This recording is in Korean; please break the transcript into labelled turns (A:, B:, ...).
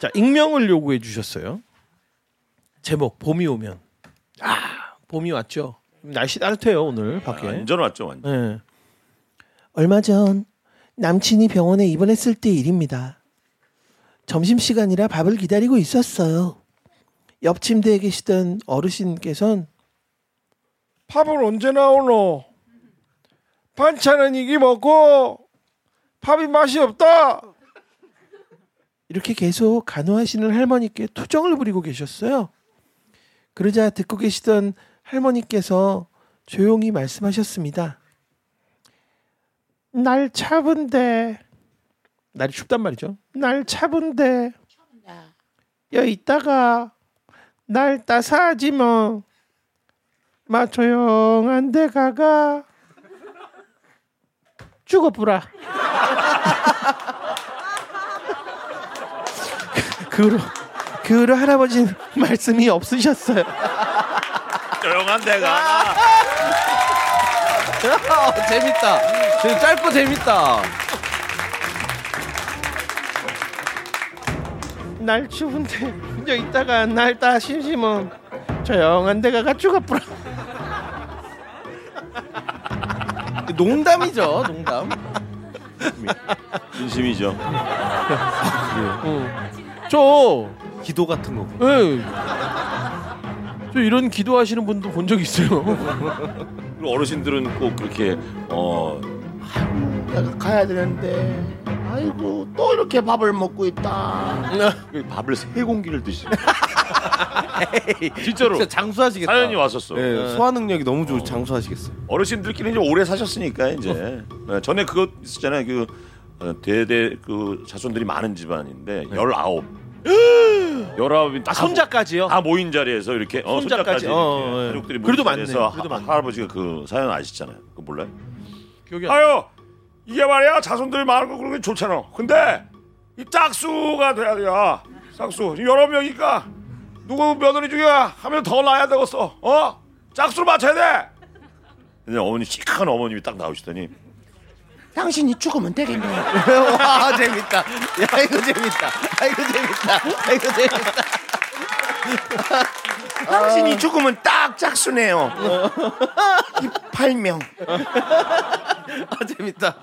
A: 자 익명을 요구해 주셨어요. 제목 봄이 오면 아 봄이 왔죠. 날씨 따뜻해요 오늘 밖에.
B: 아, 완전 왔죠 완전.
A: 예. 얼마 전 남친이 병원에 입원했을 때 일입니다. 점심시간이라 밥을 기다리고 있었어요. 옆 침대에 계시던 어르신께선
C: 밥은 언제 나오노? 반찬은 이기 먹고 밥이 맛이 없다.
A: 이렇게 계속 간호하시는 할머니께 투정을 부리고 계셨어요. 그러자 듣고 계시던 할머니께서 조용히 말씀하셨습니다.
C: 날 차분데,
A: 날이 춥단 말이죠.
C: 날 차분데. 여 이따가 날 따사하지 뭐. 마 조용한 데 가가 죽어부라.
A: 그 후로 그 후로 할아버지는 말씀이 없으셨어요.
B: 조용한 데가.
D: 재밌다. 되게 짧고 재밌다.
C: 날 추운데 여 이따가 날 따 심심은 조용한 데가 가 죽어부라.
D: 농담이죠, 농담.
B: 진심이죠.
A: 저,
D: 기도 같은 거고.
A: 예. 저 이런 기도하시는 분도 본 적 있어요.
B: 그리고 어르신들은 꼭 그렇게 어
E: 내가 가야 되는데 아이고 또 이렇게 밥을 먹고 있다
B: 밥을 세 공기를 드시는. 진짜로
D: 진짜 장수하시겠다.
B: 사연이 왔었어.
D: 예,
A: 네.
D: 소화 능력이 너무 좋고 장수하시겠어요.
B: 어르신들끼리 이제 오래 사셨으니까 이제
A: 어.
B: 네, 전에 그거 있었잖아요. 그 어, 대대 그 자손들이 많은 집안인데 열아홉, 열아홉이 다
A: 네.
B: 모-
A: 손자까지요.
B: 다 모인 자리에서 이렇게 어,
A: 손자까지.
B: 손자까지
A: 어, 예.
B: 이렇게 가족들이 모인
A: 그래도
B: 자리에서
A: 많네.
B: 하-
A: 그래도 많네.
B: 할아버지가 그 사연 아시잖아요. 그거 몰라요?
A: 기억이 안
B: 아유 이게 말이야 자손들 많고 그런 게 좋잖아 근데 이 짝수가 돼야 돼야 짝수 여러 명이니까 누구 며느리 중에 하면 더 나야 되겠어 어? 짝수로 맞춰야 돼 근데 어머니 시크한 어머님이 딱 나오시더니
E: 당신이 죽으면 되겠네
D: 와, 재밌다. 야, 이거 재밌다. 아, 이거 재밌다. 아, 이거 재밌다.
E: 당신이 죽으면 딱 짝수네요 이 8명
D: 아, 재밌다.